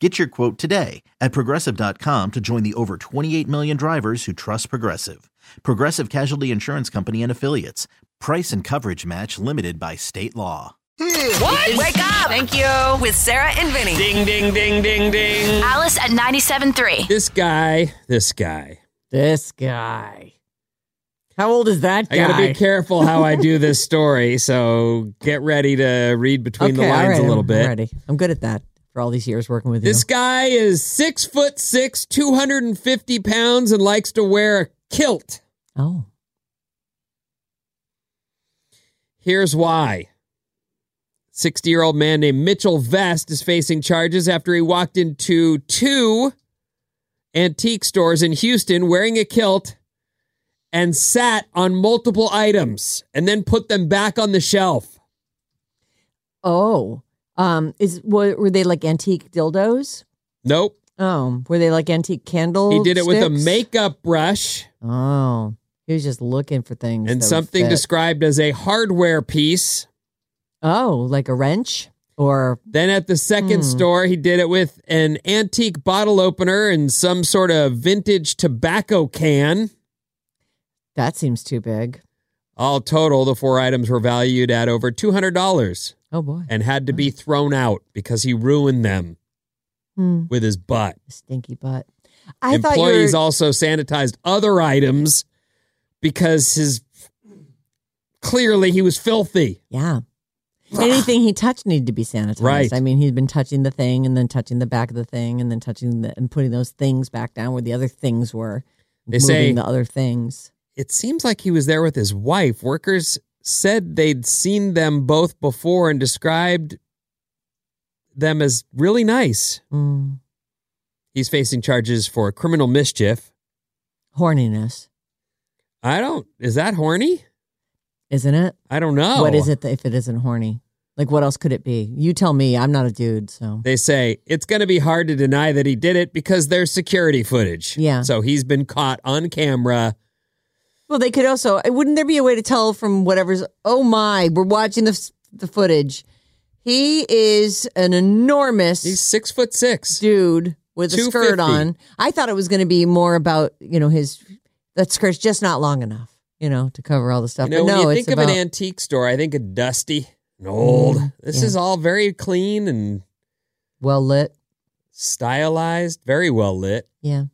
Get your quote today at progressive.com to join the over 28 million drivers who trust Progressive. Progressive Casualty Insurance Company and Affiliates. Price and coverage match limited by state law. What? Wake up! Thank you. With Sarah and Vinny. Ding, ding, ding, ding, ding. Alice at 97.3. This guy, this guy. This guy. How old is that I guy? got to be careful how I do this story, so get ready to read between the Okay, all lines right, a little I'm bit. Ready. I'm good at that for all these years working with This guy is six foot six, 250 pounds, and likes to wear a kilt. you. Oh, Here's why. 60 year old man named Mitchell Vest is facing charges after he walked into two antique stores in Houston wearing a kilt and sat on multiple items and then put them back on the shelf. oh. Um, is were, were they like antique dildos? Nope. Oh, were they like antique candles? He did it with a sticks? makeup brush Oh, he was just looking for things and that would something fit. described as a hardware piece. Oh, like a wrench or Then at the second Hmm. store, he did it with an antique bottle opener and some sort of vintage tobacco can. that seems too big. All total, the four items were valued at over $200 Oh boy, and had to be thrown out because he ruined them Hmm, with his butt. stinky butt. I thought you Employees were, also sanitized other items because his clearly he was filthy. yeah. Anything he touched needed to be sanitized. Right. I mean, he'd been touching the thing and then touching the back of the thing and then touching the and putting those things back down where the other things were. They moving say- the other things. It seems like he was there with his wife. Workers said they'd seen them both before and described them as really nice. Mm. He's facing charges for criminal mischief. Horniness, I don't, is that horny? isn't it? I don't know. What is it that if it isn't horny? Like, what else could it be? You tell me. I'm not a dude, so They say it's going to be hard to deny that he did it because there's security footage. Yeah. So he's been caught on camera. Well, they could also. Wouldn't there be a way to tell from whatever's? Oh my, we're watching the the footage. He is an enormous He's six foot six. dude with a skirt 250. on. I thought it was going to be more about you know his that skirt's just not long enough, you know, to cover all the You stuff. know, but no, when you it's think about of an antique store, I think of dusty and old. Mm, this yeah. is all very clean and well lit. stylized, very well lit. Yeah,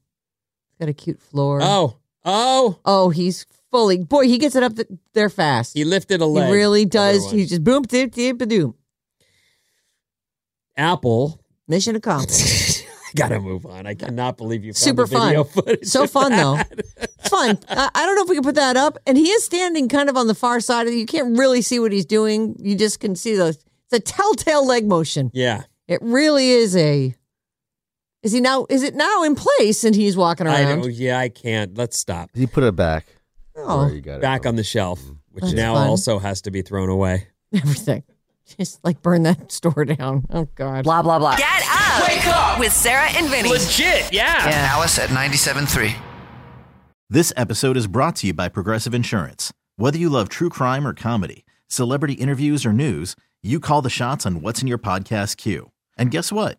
got a cute floor. Oh, oh, oh, he's fully boy. He gets it up th- there fast. he lifted a He leg. really does. Otherwise. He just boom, doop, doop, a doom. Apple. Mission accomplished. I gotta move on. I cannot believe you found Super the video footage So of fun, though. that. It's fun. I, I don't know if we can put that up. And he is standing kind of on the far side. Of, you can't really see what he's doing. You just can see the it's a telltale leg motion. Yeah, It really is a. Is he now? Is it now in place? And he's walking I know. around. Yeah, I can't. Let's stop. He put it back. Oh, you got Back on the shelf, which That's now fun. also has to be thrown away. everything. Just like burn that store down. Oh God. Blah, blah, blah. Get up! Wake up! With Sarah and Vinny. Legit, yeah. Alice at 97.3. This episode is brought to you by Progressive Insurance. Whether you love true crime or comedy, celebrity interviews or news, you call the shots on what's in your podcast queue. And guess what?